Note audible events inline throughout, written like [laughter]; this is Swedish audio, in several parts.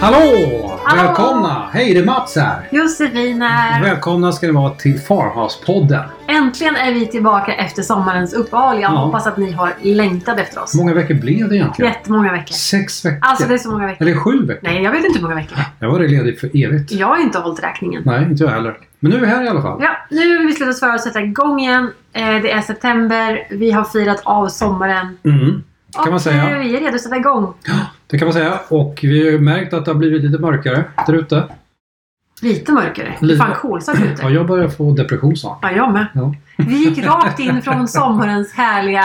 Hallå! Hallå! Välkomna! Hej, det är Mats här. Josefin här. Välkomna ska ni vara till Farhouse-podden. Äntligen är vi tillbaka efter sommarens uppehåll. Jag Ja. hoppas att ni har längtat efter oss. Hur många veckor blev det egentligen? Jättemånga veckor. Sex veckor? Alltså det är så många veckor. Eller sju veckor? Nej, Mm. jag vet inte hur många veckor. Jag var ledig för evigt. Jag har inte hållit räkningen. Nej, inte jag heller. Men nu är vi här i alla fall. Ja, nu har vi beslutat oss för att sätta igång igen. Eh, Det är september. Vi har firat av sommaren. Mm. Kan man Och eh, säga. vi är redo att sätta igång. Det kan man säga. Och vi har ju märkt att det har blivit lite mörkare där ute. Lite mörkare. Det är Lite. fan kolsvart ute. Ja, jag börjar få depression snart. Ja, jag med. Ja. Vi gick rakt in från sommarens härliga,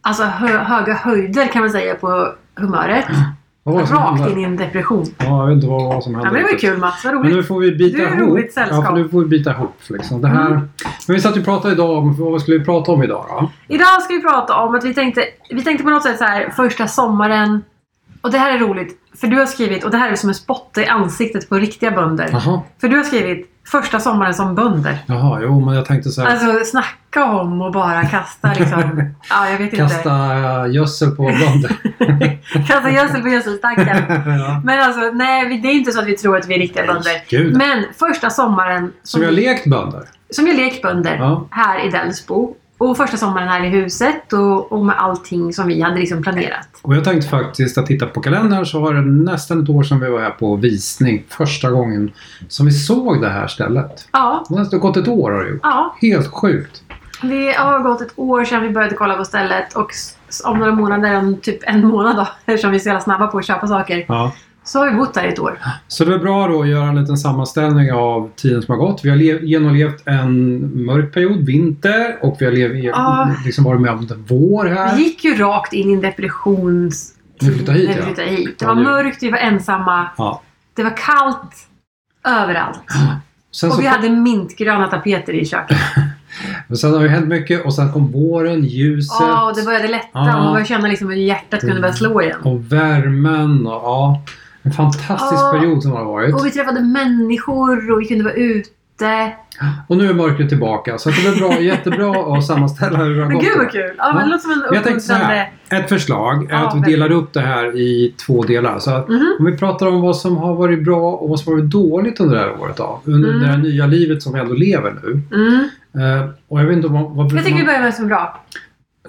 alltså hö- höga höjder kan man säga på humöret. Vad var det som Rakt hände? in i en depression. Ja, jag vet inte vad det var som Ja, hände. men det var ju riktigt. kul Mats, vad Men roligt. nu får vi bita Du är ihop. roligt sällskap. Ja, för nu får vi bita ihop. Liksom. Det här... Mm. Men vi satt ju och pratade idag om... Vad skulle vi prata om idag då? Idag ska vi prata om att vi tänkte, vi tänkte på något sätt så här första sommaren. Och det här är roligt, för du har skrivit, och det här är som en spotta i ansiktet på riktiga bönder. Jaha. För du har skrivit första sommaren som bönder. Jaha, jo men jag tänkte så här. Alltså snacka om och bara kasta [laughs] liksom. Ja, jag vet inte. kasta eh, gödsel [laughs] på bönder. [laughs] kasta gödsel på gödselstackar. ja. Men alltså, nej, vi- det är inte så att vi tror att vi är riktiga bönder. Gud. Men första sommaren Så vi har lekt bönder? som är lekbönder Ja. här i Delsbo. Och första sommaren här i huset och, och med allting som vi hade liksom planerat. Och jag tänkte faktiskt att titta på kalendern så var det nästan ett år sedan vi var här på visning. Första gången som vi såg det här stället. Ja, Det har gått ett år har det ju. ja. Helt sjukt. Det har gått ett år sedan vi började kolla på stället och s- om några månader, om typ en månad då, [laughs] eftersom vi är så jävla snabba på att köpa saker, Ja. så har vi bott där i ett år. Så det är bra då att göra en liten sammanställning av tiden som har gått. Vi har le- genomlevt en mörk period, vinter, och vi har lev- Ja. liksom varit med om en vår här. Vi gick ju rakt in i en depressions... När vi flyttade hit, när vi ja. flyttade hit. Det Ja, var det- mörkt, vi var ensamma, Ja. det var kallt överallt. Sen Och så vi hade mintgröna tapeter i köket. Men sen har det hänt mycket och sen kom våren, ljuset Ja, och det började lätta Ja. och man började känna liksom hur hjärtat kunde börja slå igen. och värmen. Och, ja, en fantastisk Ja. period som har varit. Och vi träffade människor och vi kunde vara ute. Och nu är mörkret tillbaka. Så det är bra, [laughs] jättebra att sammanställa hur det har Men gått. gud vad kul! Ja, men Ja. det låter som en Men jag tänkte så här. uppmuntrande... Ett förslag är Ja, att vi verkligen. delar upp det här i två delar. Så att Mhm. om vi pratar om vad som har varit bra och vad som har varit dåligt under det här året. Då, under Mm. det här nya livet som vi ändå lever nu. Mm. Eh, och jag vet inte vad... vad Jag tycker vi man, börjar med det som är bra.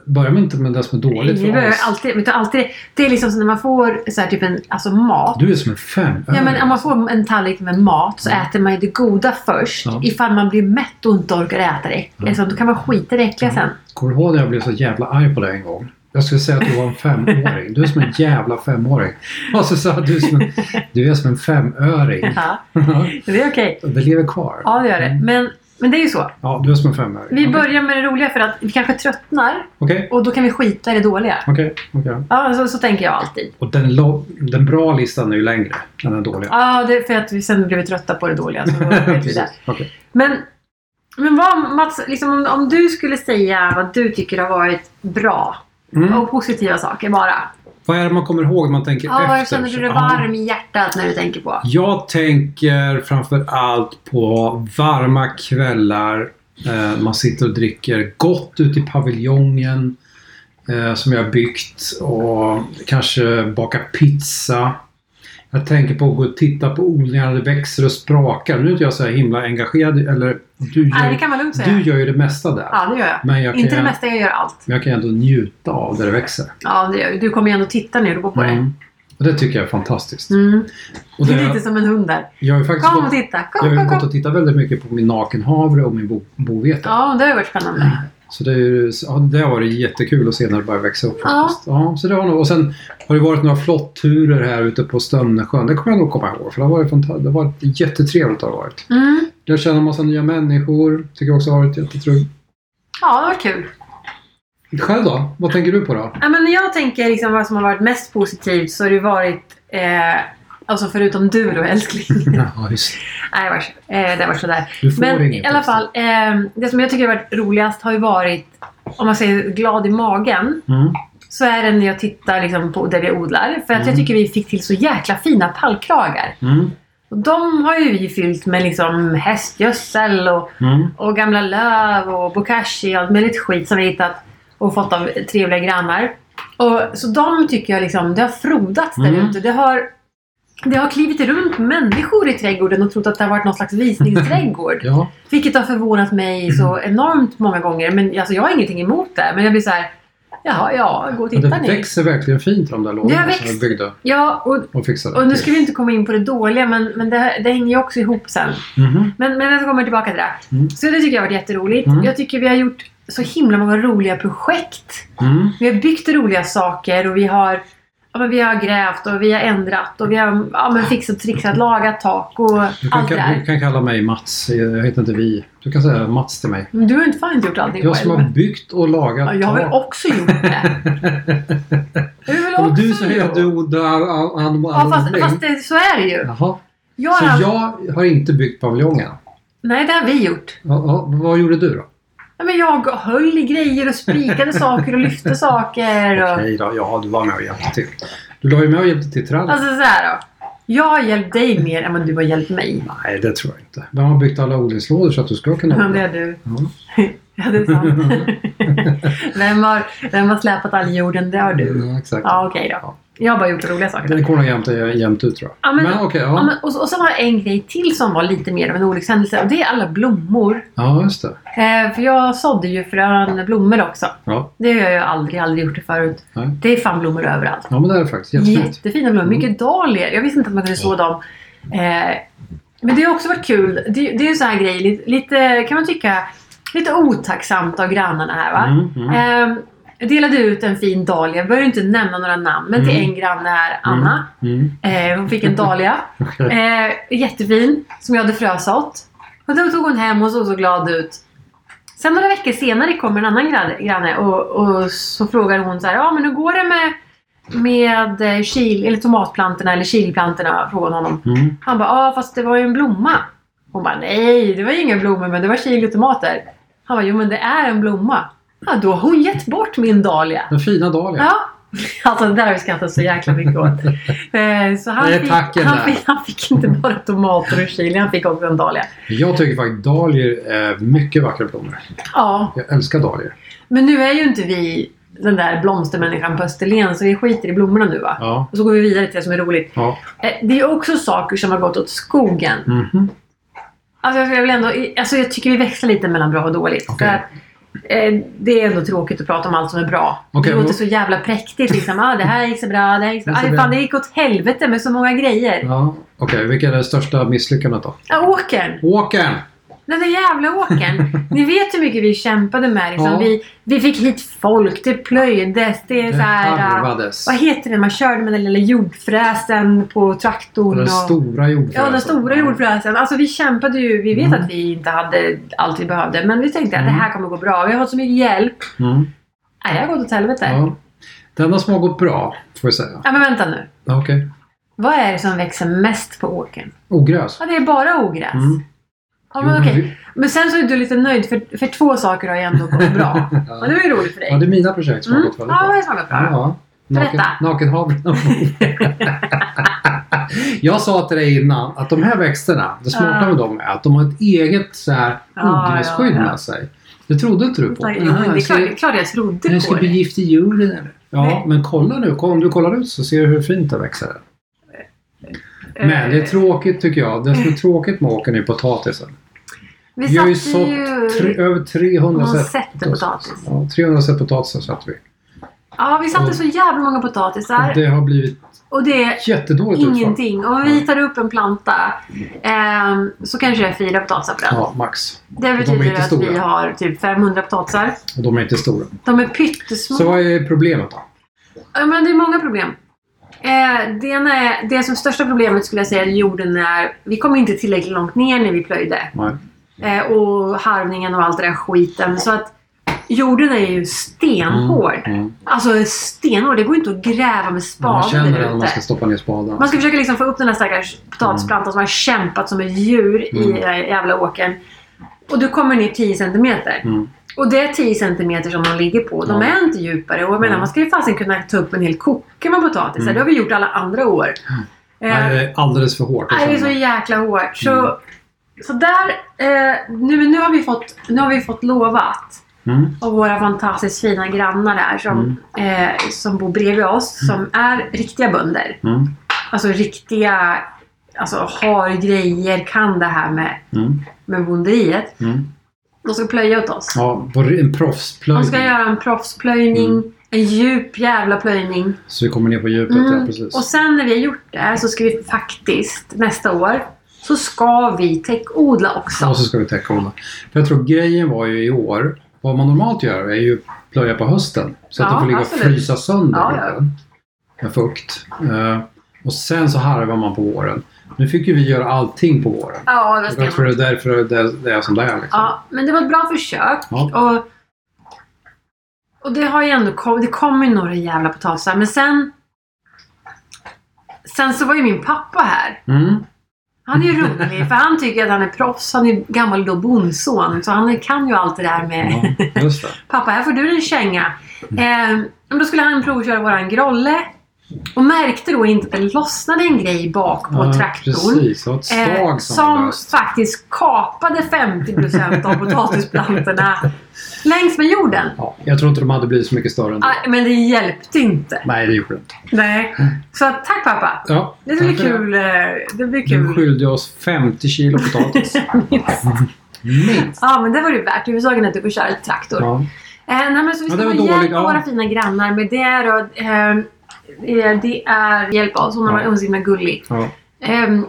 börjar man inte med det som är dåligt Vi för börjar oss? alltid, vi tar alltid... Det är liksom så när man får så här, typ en, alltså mat. Du är som en fem. Ja, men om man får en tallrik med mat så Mm. äter man ju det goda först. Ja. Ifall man blir mätt och inte orkar äta det. Mm. Alltså, då kan man skita i det äckliga Ja. sen. Kommer du ihåg när jag blev så jävla arg på dig en gång? Jag skulle säga att du var en femåring. Du är som en jävla femåring. Och så sa jag att du är som en, du är som en femöring. [laughs] Ja, det är okej. [laughs] Det lever kvar. Ja, det gör det. Mm. Men, men det är ju så. Ja, du är som en femöring. Vi börjar med det roliga för att vi kanske tröttnar Okej, och då kan vi skita i det dåliga. okej, okej. Ja, så, så tänker jag alltid. Och den, lo- den bra listan är ju längre än den dåliga. Ja, det är för att vi sen blev vi trötta på det dåliga. [laughs] Så då vet vi Precis. det. Okej. Men, men vad, Mats, liksom, om, om du skulle säga vad du tycker har varit bra Mm. och positiva saker bara. Vad är det man kommer ihåg när man tänker Ja, efter? vad känner du dig Ja. varm i hjärtat när du tänker på? Jag tänker framför allt på varma kvällar. Eh, man sitter och dricker gott ute i paviljongen eh, som jag har byggt och kanske bakar pizza. Jag tänker på att gå och titta på odlingar när det växer och sprakar. Nu är inte jag så här himla engagerad. Eller, du, gör, Nej, det kan man lugnt säga. du gör ju det mesta där. Ja, det gör jag. Men jag kan, Inte det ju- mesta, jag gör allt. men jag kan ju ändå njuta av där det växer. Ja, det gör jag. Du kommer ju ändå titta när du går på det. Mm. Och det tycker jag är fantastiskt. Mm. Och Det är det, lite som en hund där. jag har ju faktiskt Kom gått- och titta. jag Kom, har ju kom, gått kom. och tittat väldigt mycket på min nakenhavre och min bo- bovete. Ja, det har ju varit spännande. Så det, är, ju- ja, det har varit jättekul att se när det börjar växa upp Ja. faktiskt. Ja. så det har nog, och sen har det varit några flotturer här ute på Stömnesjön. Det kommer jag nog komma ihåg. För det har varit, fantastiskt, det har varit jättetrevligt. Har det varit. Mm. Jag känner en massa nya människor. Tycker också det har varit jättetrevligt. Ja, det var kul. Själv då? Vad tänker du på då? Ja, men när jag tänker liksom vad som har varit mest positivt så har det ju varit, eh, alltså förutom du då älskling. [laughs] [laughs] Ja, just det. Nej, vars, eh, det var sådär. Du får Men inget i alla extra. fall, eh, det som jag tycker har varit roligast har ju varit, om man säger glad i magen, Mm. så är det när jag tittar liksom på det vi odlar. För att jag Mm. tycker vi fick till så jäkla fina pallkragar. Mm. Och Och de har ju vi fyllt med liksom hästgödsel och, Mm. och gamla löv och bokashi och allt möjligt skit som vi hittat och fått av trevliga grannar. Och, så de tycker jag liksom, det har frodats där Mm. ute. Det har, det har klivit runt människor i trädgården och trott att det har varit någon slags visningsträdgård. Ja. Vilket har förvånat mig så Mm. enormt många gånger. Men alltså, jag har ingenting emot det. Men jag blir så här, jaha, ja, gå och Och titta det ni. växer verkligen fint de där Det har lådorna som växt. vi byggde Ja, och, och fixade. och nu ska vi inte komma in på det dåliga, men, men det, här- det hänger ju också ihop sen. Mhm. Men, men jag kommer tillbaka till det. Mm. Så det tycker jag har varit jätteroligt. Mm. Jag tycker vi har gjort så himla många roliga projekt. Mm. Vi har byggt roliga saker och vi har, ja, men vi har grävt och vi har ändrat och vi har ja, men fixat, trixat, lagat tak och Du, kan, allt det du där. kan kalla mig Mats. Jag heter inte vi. Du kan säga Mats till mig. Men du har inte fan gjort allting Jag som har byggt och lagat Ja, jag har väl tak. också gjort det. [laughs] Jag har väl Och också du säger att du gjort. odlar all- all- Ja, fast, all- fast det, så är det ju. Jaha. Jag har Så haft... jag har inte byggt paviljongen? Nej, det har vi gjort. Ja, ja, vad gjorde du då? Ja, men jag höll i grejer [laughs] och spikade saker och lyfte saker. Och... Okej då, ja du var med och hjälpte till. Du var ju med och hjälpte till trallet. Alltså så här då. Jag har hjälpt dig mer än vad du har hjälpt mig. Nej, det tror jag inte. Vem har byggt alla odlingslådor så att du ska kunna Ja, det odla? är du. Ja. [laughs] Ja, det är sant. vem, har, vem har släpat all jorden? Det har du. [laughs] Ja, exakt. Ja, okej då. Jag har bara gjort roliga saker. Den kommer nog jämnt, jämnt ut tror jag. Ja, men- okej, Ja, ja. men, och, och sen var det en grej till som var lite mer av en olyckshändelse och det är alla blommor. ja, just det. Eh, för jag sådde ju frön, blommor också. Ja. Det har jag ju aldrig, aldrig gjort det förut. Nej. Det är fan blommor överallt. ja, men det är det faktiskt. Jättefint. Mm. Jättefina blommor. Mycket dahlior. Jag visste inte att man kunde så dem. Eh, men det har också varit kul. Det, det är ju en sån här grej, lite, lite, kan man tycka, lite otacksamt av grannarna här va. Mm, mm. Eh, jag delade ut en fin dahlia. Jag behöver inte nämna några namn. Men till Mm. en granne här, Anna. Mm. Eh, hon fick en dahlia. Okej. Eh, jättefin, som jag hade frösått. Och då tog hon hem och såg så glad ut. Sen några veckor senare kommer en annan granne- granne och, och så frågar hon så här, ja men hur går det med, med eh, kil, eller tomatplantorna eller chiliplantorna? Frågar hon honom. Mm. Han bara, ja fast det var ju en blomma. Hon bara, nej det var ju inga blommor men det var chili och tomater. Han bara, jo men det är en blomma. Ja, då har hon gett bort min dahlia. Den fina dahlia. Ja. Alltså det där har vi skrattat så jäkla mycket åt. Eh, Så han, Det är fick, tacken han, där. fick, han fick inte bara tomater och chili, han fick också en dahlia. Jag tycker faktiskt dahlior är mycket vackra blommor. Ja, Jag älskar dahlior. men nu är ju inte vi den där blomstermänniskan på Österlen så vi skiter i blommorna nu va. Ja. Och så går vi vidare till det som är roligt. ja. Eh, Det är ju också saker som har gått åt skogen. Mhm. Alltså jag, vill ändå, alltså jag tycker vi växlar lite mellan bra och dåligt. Okej. För att, eh, det är ändå tråkigt att prata om allt som är bra. Okej, det låter men- så jävla präktigt. Liksom. Ah, det här gick så bra, det här gick så Det bra. är så Aj, bra. fan, det gick åt helvete med så många grejer. ja. Okej, vilket är det största misslyckandet då? Ja, åkern! Åkern! Den där jävla åkern. Ni vet hur mycket vi kämpade med. Liksom. Ja. Vi, vi fick hit folk, det plöjdes, det är Det så här... ah, harvades. Vad heter det man körde med den lilla jordfräsen på traktorn? Den och- stora Mm. jordfräsen. Ja, den stora jordfräsen. Alltså vi kämpade ju. Vi vet Mm. att vi inte hade allt vi behövde. Men vi tänkte att Mm. det här kommer gå bra. Vi har fått så mycket hjälp. Mm. Nej, det har gått åt helvete. Ja. Ja. Det enda som har gått bra, får jag säga. men vänta nu. Ja, Okej. Vad är det som växer mest på åkern? Ogräs. Ja, det är bara ogräs. Mm. Ja, men Jo, okej. Men sen så är du lite nöjd för, för två saker har ju ändå [laughs] gått bra. Och det ja. var ju roligt för dig. ja, det är mina projekt som har Mm. gått Ja, väldigt det bra. har smakat bra. Ja. Naken, Berätta. nakenhavet. [laughs] jag sa till dig innan att de här växterna, det smarta Ja. med dem är att de har ett eget så här, Ja, ogrässkydd ja, ja. med sig. Det trodde inte du på. Ja, jo, Ah, Det är ska- klart, det är klart jag trodde jag på ska bli det. gift i julen eller? Ja, Nej. men kolla nu. Om du kollar ut så ser du hur fint det växer. Men det är Eh, tråkigt tycker jag. Det som är tråkigt med åkern är potatisen. Vi Vi har ju satte sått tre, ju... över 300 Mm. Man sätt sätter potatis. Ja, 300 sätt potatisar satte vi. Ja, vi satte Och- så jävla många potatisar. Det har blivit Och det jättedåligt utfall. Ingenting. Om vi tar upp en planta ehm, så kanske det är fyra potatisar på den. Ja, max. Det De är betyder inte att stora. vi har typ 500 potatisar. Och de är inte stora. De är pyttesmå. Så vad är problemet då? Ja, men det är många problem. Eh, det, ena är, det som största problemet skulle jag säga är jorden är... Vi kom inte tillräckligt långt ner när vi plöjde. Nej. Eh, och harvningen och allt den där skiten. Så att jorden är ju stenhård. Mm. Alltså stenhård. Det går inte att gräva med Man spaden känner där det när man ute. ska stoppa ner spaden. Man ska försöka liksom få upp den här stackars potatisplantan som har kämpat som ett djur i Mm. den här jävla åkern. Och du kommer ner 10 centimeter. Mm. Och det är 10 centimeter som de ligger på. De Ja. är inte djupare. Och jag menar, Mm. man ska ju fasen kunna ta upp en hel koke med potatisar. Mm. Det har vi gjort alla andra år. Nej, det är alldeles för hårt. att Nej, det är så känna. jäkla hårt. Så, Mm. så där, eh, nu, nu, har vi fått, nu har vi fått lovat Mm. av våra fantastiskt fina grannar där som, eh, som bor bredvid oss, som är riktiga bönder. Mm. Alltså riktiga, alltså har grejer, kan det här med, Mm. med bonderiet. Mm. De ska plöja åt oss. Ja, på en De proffsplöjning. ska göra en proffsplöjning, Mm. en djup jävla plöjning. Så vi kommer ner på djupet, Mm. ja precis. Och sen när vi har gjort det så ska vi faktiskt nästa år så ska vi täckodla också. Och så ska vi täcka honom. För jag tror grejen var ju i år, vad man normalt gör är ju plöja på hösten. Så att Ja, den får ligga absolut. och frysa sönder Ja, ja. jorden med fukt. Eh, och sen så harvar man på våren. Nu fick ju vi göra allting på våren. Ja, det var Och jag tror stenhårt. det är därför det är, det är som det är. Liksom. Ja, men det var ett bra försök. Ja. Och, och det har ju ändå kom, det kom ju några jävla potatisar. Men sen... Sen så var ju min pappa här. Mm. Han är [laughs] ju rolig, för han tycker att han är proffs. Han är gammal då bondson, så han kan ju allt det där med... [laughs] ja, just det. Pappa, här får du en känga. Eh, men då skulle han provköra våran grolle. Och märkte då inte att det lossnade en grej bak på Ja, traktorn. Precis, det var ett stag Eh, som var som löst. faktiskt kapade 50% av potatisplantorna [laughs] längs med jorden. Ja, jag tror inte de hade blivit så mycket större ändå. Ah, Men det hjälpte inte. Nej, det gjorde det inte. Nej. Så att, tack pappa. Ja, Det blir tack för kul. eh, Det Du blir kul. skyllde oss 50 kilo [laughs] potatis. Minst. Minst. Ja, men det var det värt. Huvudsaken är att du får köra ett traktor. Ja. Eh, nej, men så vi Ja, ska det var få hjälp dåligt, av ja. våra fina grannar med det då. Eh, eh, det är hjälp av sådana Ja. ja. var så himla gullig. Ja. Ehm,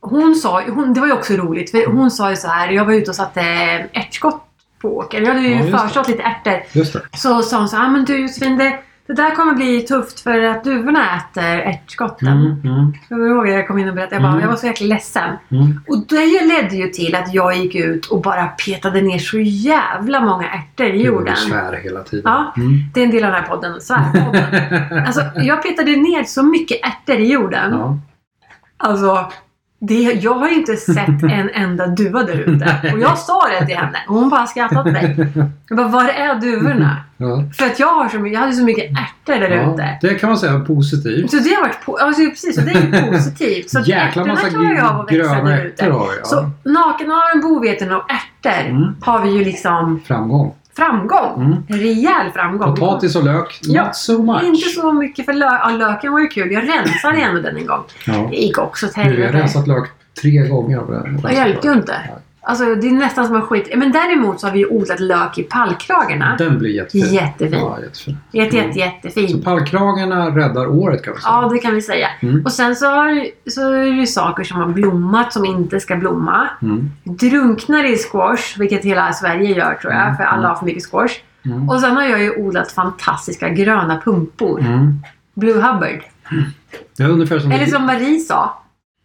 hon sa, hon, det var ju också roligt, för hon sa ju så här, jag var ute och satte ärtskott på åkern. Jag hade Ja, ju just det. försått lite ärtor. Just det. Så sa hon så här, "Ah, men du Josefin, det, det där kommer bli tufft för att duvorna äter ärtskotten. Mm, mm, Jag kommer ihåg att jag kom in och berättade, jag, bara, Mm. jag var så jäkla ledsen. mm. Och det ledde ju till att jag gick ut och bara petade ner så jävla många ärtor i Du jorden. svär hela tiden. Ja. Mm. Det är en del av den här [laughs] podden, Svärpodden. Alltså, jag petade ner så mycket ärtor i [laughs] jorden. ja. Alltså, det, jag har ju inte sett en enda duva där ute. Och jag sa det till henne och hon bara skrattade åt mig. Jag bara, var är duvorna? Ja. För att jag, har så, mycket- jag hade så mycket ärtor där Ja. ute. Det kan man säga är positivt. Så det har varit po- alltså, precis, så det är ju positivt. Så att Jäkla ärtorna massa klarar jag av gr- att växa gröna där ärtor ute. har vi. Ja. Så nakenhaven, boveten och ärtor Mm. har vi ju liksom Framgång. framgång. Mm. Rejäl framgång. Potatis och lök, Ja. not so much. Inte så mycket för lö- ja, löken var ju kul. Jag rensade ändå den en gång. Ja. Det gick också till Nu, vi har helvete. rensat lök tre gånger. av det. Det Mm. hjälpte ju inte. Alltså det är nästan som en skit. Men däremot så har vi ju odlat lök i pallkragarna. Den blir jättefin. Jättefin. Ja, jättefin. Jätte, jätte, Så jättefin. pallkragarna räddar året kan man säga. Ja, det kan vi säga. Mm. Och sen så, har, så är det ju saker som har blommat som inte ska blomma. Mm. Drunknar i squash, vilket hela Sverige gör tror jag, för alla har för mycket squash. Mm. Och sen har jag ju odlat fantastiska gröna pumpor. Mm. Blue Hubbard. Det är ungefär som... Eller som Marie sa.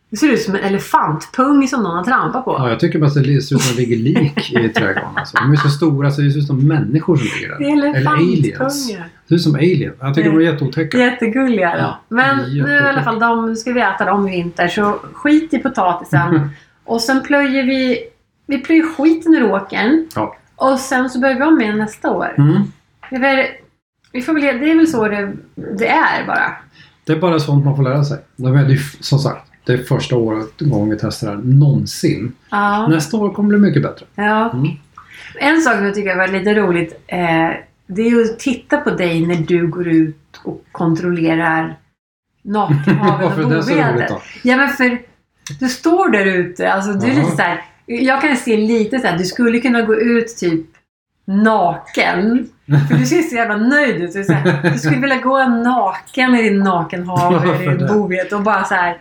Det ser ut som en elefantpung som någon har trampat på. Ja, jag tycker bara att det ser ut som det ligger lik i trädgården. Alltså. De är så stora så det ser ut som människor som ligger där. Det är Eller aliens. elefantpungar. Det ser ut som alien. Jag tycker de är jätteotäcka. Jättegulliga då. Ja, Men nu i jättegulliga. alla fall, de nu ska vi äta dem i vinter. Så skit i Mm-hmm. potatisen. och sen plöjer vi, vi plöjer skiten ur åkern. Ja. Och sen så börjar vi om igen nästa år. Mm. Det, är väl, vi får väl, det är väl så det, det är bara. Det är bara sånt man får lära sig. De är, det är- som sagt, det är första året gången vi testar det här någonsin. Ja. Nästa år kommer det bli mycket bättre. ja. Mm. En sak som jag tycker var lite roligt. Eh, det är ju att titta på dig när du går ut och [laughs] kontrollerar nakenhaven Varför och är det så roligt bovedet. då? Ja men för du står där ute, alltså du är Ja. lite så här, Jag kan se lite såhär, du skulle kunna gå ut typ naken. För du ser så jävla nöjd ut. Så det är så här, du skulle vilja gå naken i din nakenhave eller i Varför din det? bovet och bara så här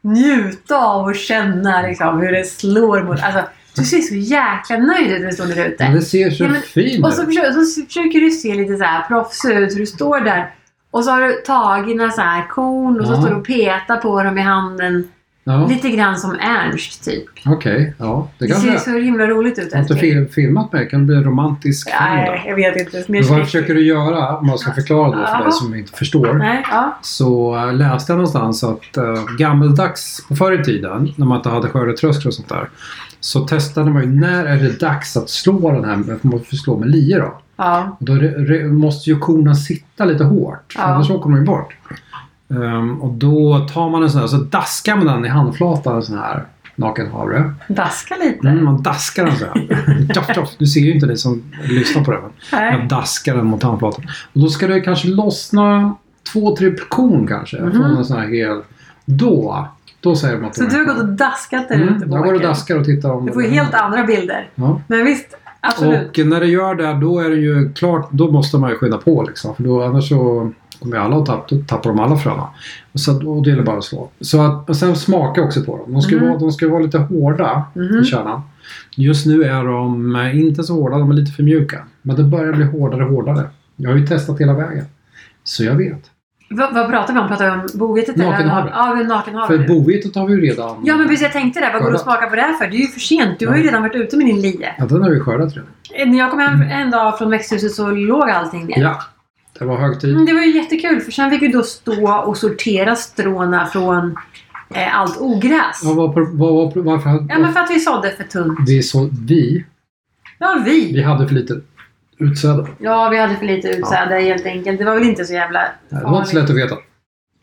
njuta av och känna liksom, hur det slår mot... Alltså, du ser så jäkla nöjd ut när du står där ute. Men det ser så Ja, men- fint Och så ut. försöker, så försöker du se lite så här proffsig ut, hur du står där. Och så har du tagit några så här korn och så Ja. står du och petar på dem i handen. Ja, Lite grann som Ernst, typ. Okej, ja. Det Det kanske ser det är. så himla roligt ut. Jag har inte älskling. fil- filmat mig. Kan det bli en romantisk film då? Nej, jag vet inte. Mer Men vad skräck. försöker du göra, om man ska förklara det för Ja. dig som inte förstår? Nej, ja. så eh, läste jag någonstans att eh, gammeldags, på förr i tiden, när man inte hade skördetröskor och sånt där, så testade man ju när är det dags att slå den här, för man får slå med lie då. ja. Och då re, re, måste ju korna sitta lite hårt, Ja. annars åker de ju bort. Ehm, och då tar man en sån här, så daskar man den i handflatan, en sån här nakenhavre. Daska lite. Mm, man daskar den så [laughs] här. Tjoff, tjoff. Du ser ju inte det som lyssnar på det. Men jag Nej. daskar den mot handflatan. Och då ska det kanske lossna två, tre korn kanske. Mhm. Från en sån här hel... Då, då säger man att Så den du är har gått klar. och daskat där Mm, ute på jag går och åkern. daskar och tittar om Du får ju den- helt andra bilder. Ja. Men visst, absolut. Och när det gör det, då är det ju klart, då måste man ju skynda på liksom. För då, annars så kommer ju alla att tappa, då tappar de alla fröna. Och, så, att- och det är bara att slå. Så att, och sen smaka också på dem. De ska, ju Mhm. vara, de ska ju vara lite hårda Mhm. i kärnan. Just nu är de eh, inte så hårda, de är lite för mjuka. Men det börjar bli hårdare och hårdare. Jag har ju testat hela vägen. Så jag vet. Vad, vad pratar vi om? Pratar vi om bovetet? eller- Nakenhavre. Ja, vi har nakenhavre. För bovetet har vi ju redan... Ja, men precis. Jag tänkte det. Vad går du och Skördat. smaka på det här för? Det är ju för sent. Du har ju Ja. redan varit ute med din lie. ja, den har vi skördat redan. Eh, När jag kom hem Mm. en dag från växthuset så låg allting ner. Ja, det var hög tid. Mm, det var ju jättekul för sen fick vi då stå och sortera stråna från eh, allt ogräs. Ja, var, var, var, varför hade... Ja, men för att vi sådde för tunt. Det är så, vi, Ja, vi. vi hade för lite utsäde. Ja, vi hade för lite utsäde helt enkelt. Det var väl inte så jävla Nej, Det var inte så lätt att veta.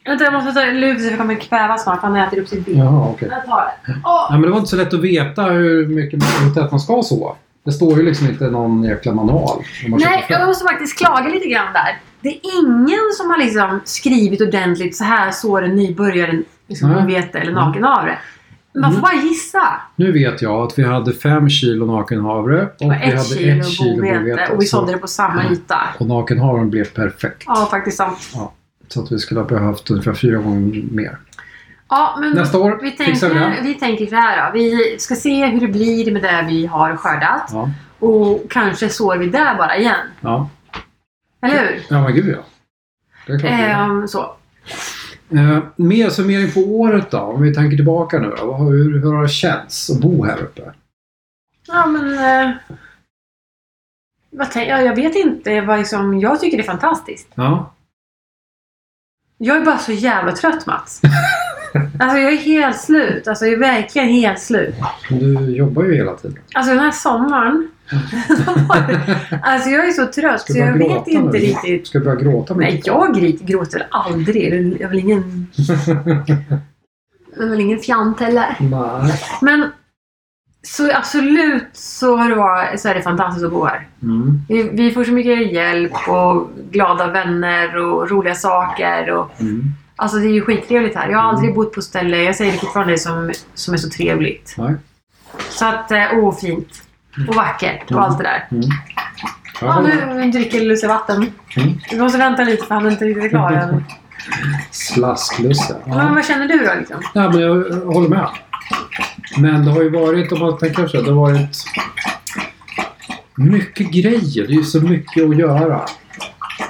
Vänta, jag måste ta luv så jag kommer kvävas snart för han äter upp sitt ben. Jaha, okej. Jag tar det. Åh! Nej, men det var inte så lätt att veta hur mycket man, hur tätt man ska sova. Det står ju liksom inte någon jäkla manual. när man Nej, köper frö. jag måste faktiskt klaga lite grann där. Det är ingen som har liksom skrivit ordentligt så här sår en nybörjare liksom, Nej. vete eller nakenhavre. Man får Mm. bara gissa. Nu vet jag att vi hade fem kilo nakenhavre och Och vi ett hade kilo ett kilo bovete och vi så- sålde det på samma Mm. yta. och nakenhavren blev perfekt. Ja, faktiskt sant. Så att vi skulle ha behövt ungefär fyra gånger mer. Ja, men Nästa år vi fixar vi det tänker, här. vi tänker så här då. Vi ska se hur det blir med det vi har skördat. Ja, Och kanske sår vi där bara igen. ja. Eller hur? ja men gud ja. Det är klart. vi gör. Ehm, så. Eh, mer summering på året då, om vi tänker tillbaka nu då. Vad har- Hur, hur har det känts att bo här uppe? Ja, men... Eh, vad tänk, ja, jag vet inte vad liksom, Jag tycker det är fantastiskt. Ja, Jag är bara så jävla [laughs] trött, Mats. Alltså jag är helt slut. Alltså jag är verkligen helt slut. du jobbar ju hela tiden. Alltså den [laughs] här sommaren. [laughs] alltså jag är så trött Ska du så jag börja vet gråta inte nu? riktigt. Ska du börja gråta? med Nej, det? jag gri- gråter väl aldrig. Det är- Jag är [laughs] väl ingen... Jag är väl ingen fjant heller. Nej. Men så absolut så, har det varit, så är det fantastiskt att bo här. Mm. Vi, vi får så mycket hjälp och glada vänner och roliga saker. Och, Mm. alltså det är ju skittrevligt här. Jag har Mm. aldrig bott på ett ställe, jag säger det fortfarande, som, som är så trevligt. Nej. Så att, eh, åh fint. Och vackert och Mm. allt det där. Mm. Jag Ja, håller. nu dricker Lusse vatten. Mm. Vi måste vänta lite för han är inte riktigt klar än. Slasklusse. Men Ja. vad känner du då liksom? Nej, men jag håller med. Men det har ju varit, om man tänker så, det har varit mycket grejer. Det är ju så mycket att göra.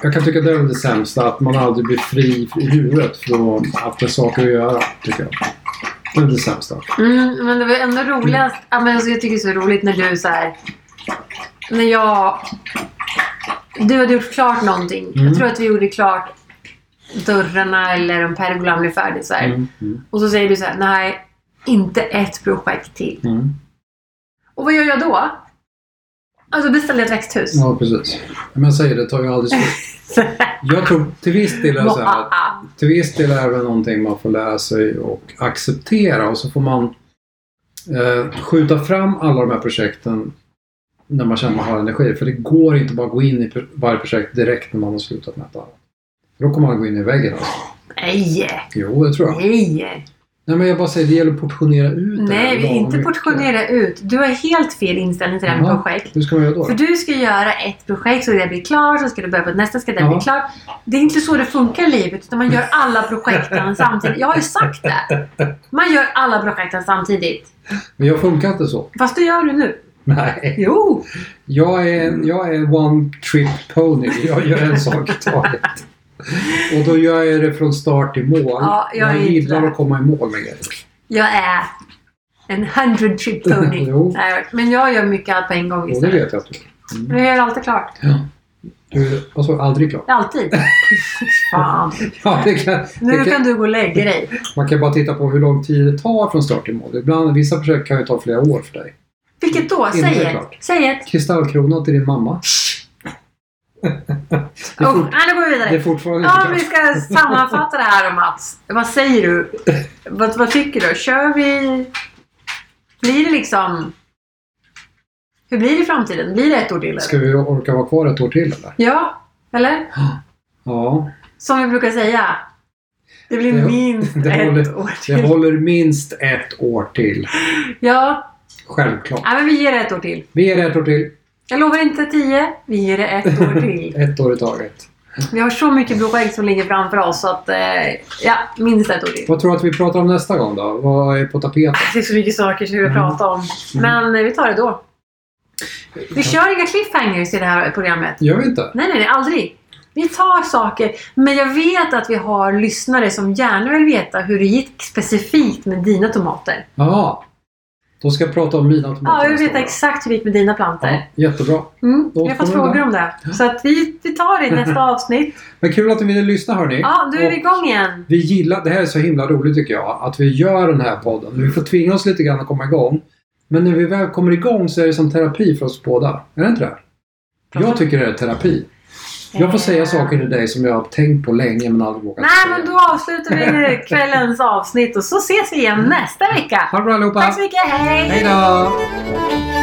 Jag kan tycka det är det sämsta, att man aldrig blir fri i huvudet från att det är saker att göra, tycker jag. Det är det sämsta. Mm, men det var ändå roligast. Ja, men alltså, jag tycker det är så roligt när du så här, När jag... Du hade gjort klart någonting. Mm. Jag tror att vi gjorde klart dörrarna eller om pergolan blev färdig. Så här. Mm. Mm. Och så säger du så här, nej, inte ett projekt till. Mm. Och vad gör jag då? Alltså beställer jag ett växthus. Ja, precis. Men jag säger det, tar ju aldrig slut. [laughs] Jag tror till viss del är det så här att ah, till viss del är det någonting man får lära sig och acceptera och så får man eh, skjuta fram alla de här projekten när man känner att man har energi. För det går inte bara att gå in i pro- varje projekt direkt när man har slutat med ett annat. För då kommer man gå in i väggen. Alltså. nej, Jo, det tror jag. nej. Nej, men jag bara säger, det gäller att portionera ut det här Nej, vi lagom inte mycket. portionera ut. Du har helt fel inställning till det här med Jaha. projekt. Hur ska man göra då? För du ska göra ett projekt så det blir klart, så ska du börja på nästa, ska det Ja. bli klart. Det är inte så det funkar i livet, utan man gör [laughs] alla projekten samtidigt. Jag har ju sagt det! Man gör alla projekten samtidigt. Men jag funkar inte så. [laughs] Fast det gör du nu. Nej. Jo! Jag är, en- jag är en one trip pony. Jag gör en sak i taget. Och då gör jag det från start till mål. Ja, jag är jag inte gillar där. att komma i mål med grejer. Jag är en hundred trip pony. [laughs] Jo. Nej, Men jag gör mycket allt på en gång Och det istället. vet jag att du är. Men jag gör alltid klart. Du och så aldrig klar. [laughs] Alltid. Fan. Ja, det kan, Nu det kan kan, du gå och lägga dig. man kan bara titta på hur lång tid det tar från start till mål. Ibland, vissa försök kan ju ta flera år för dig. Vilket då? Innan det Säg är ett. klart. Säg ett. Kristallkrona till din mamma. [laughs] Det är, Oh, fort, nej, nu går vi vidare. det är fortfarande Ja, inte om vi klart. ska sammanfatta det här då, Mats. Vad säger du? Vad, vad tycker du? Kör vi... Blir det liksom... Hur blir det i framtiden? Blir det ett år till? eller? Ska vi orka vara kvar ett år till eller? Ja, eller? Ja, Som vi brukar säga. Det blir Det- minst det ett håller- år det till. håller minst ett år till. Ja, Självklart. nej, men vi ger det ett år till. Vi ger det ett år till. Jag lovar inte tio, vi ger det ett år till. Ett år i taget. Vi har så mycket blåa ägg som ligger framför oss så att, eh, ja, minst ett år till. Vad tror du att vi pratar om nästa gång då? Vad är på tapeten? Det är så mycket saker som vi vill Mm. prata om. Men eh, vi tar det då. Vi kör inga cliffhangers i det här programmet. Gör vi inte? Nej, nej, nej, aldrig. Vi tar saker, men jag vet att vi har lyssnare som gärna vill veta hur det gick specifikt med dina tomater. Ja. Då ska jag prata om mina tomater Ja, jag vill nästa veta gång. exakt hur det gick med dina Ja, plantor. jättebra. Mm, vi har återkommer fått frågor om det. Så att vi, vi tar det i nästa avsnitt. Men kul att ni ville lyssna hörni. Ja, nu är vi Och igång igen. vi gillar, det här är så himla roligt tycker jag, att vi gör den här podden. Vi får tvinga oss lite grann att komma igång. Men när vi väl kommer igång så är det som terapi för oss båda. Är det inte det? Jag tycker det är terapi. Jag får säga saker till dig som jag har tänkt på länge men aldrig vågat Nej, säga. men då avslutar vi [laughs] kvällens avsnitt och så ses vi igen nästa vecka. Ha det bra allihopa! Tack så mycket, hej! Hej då!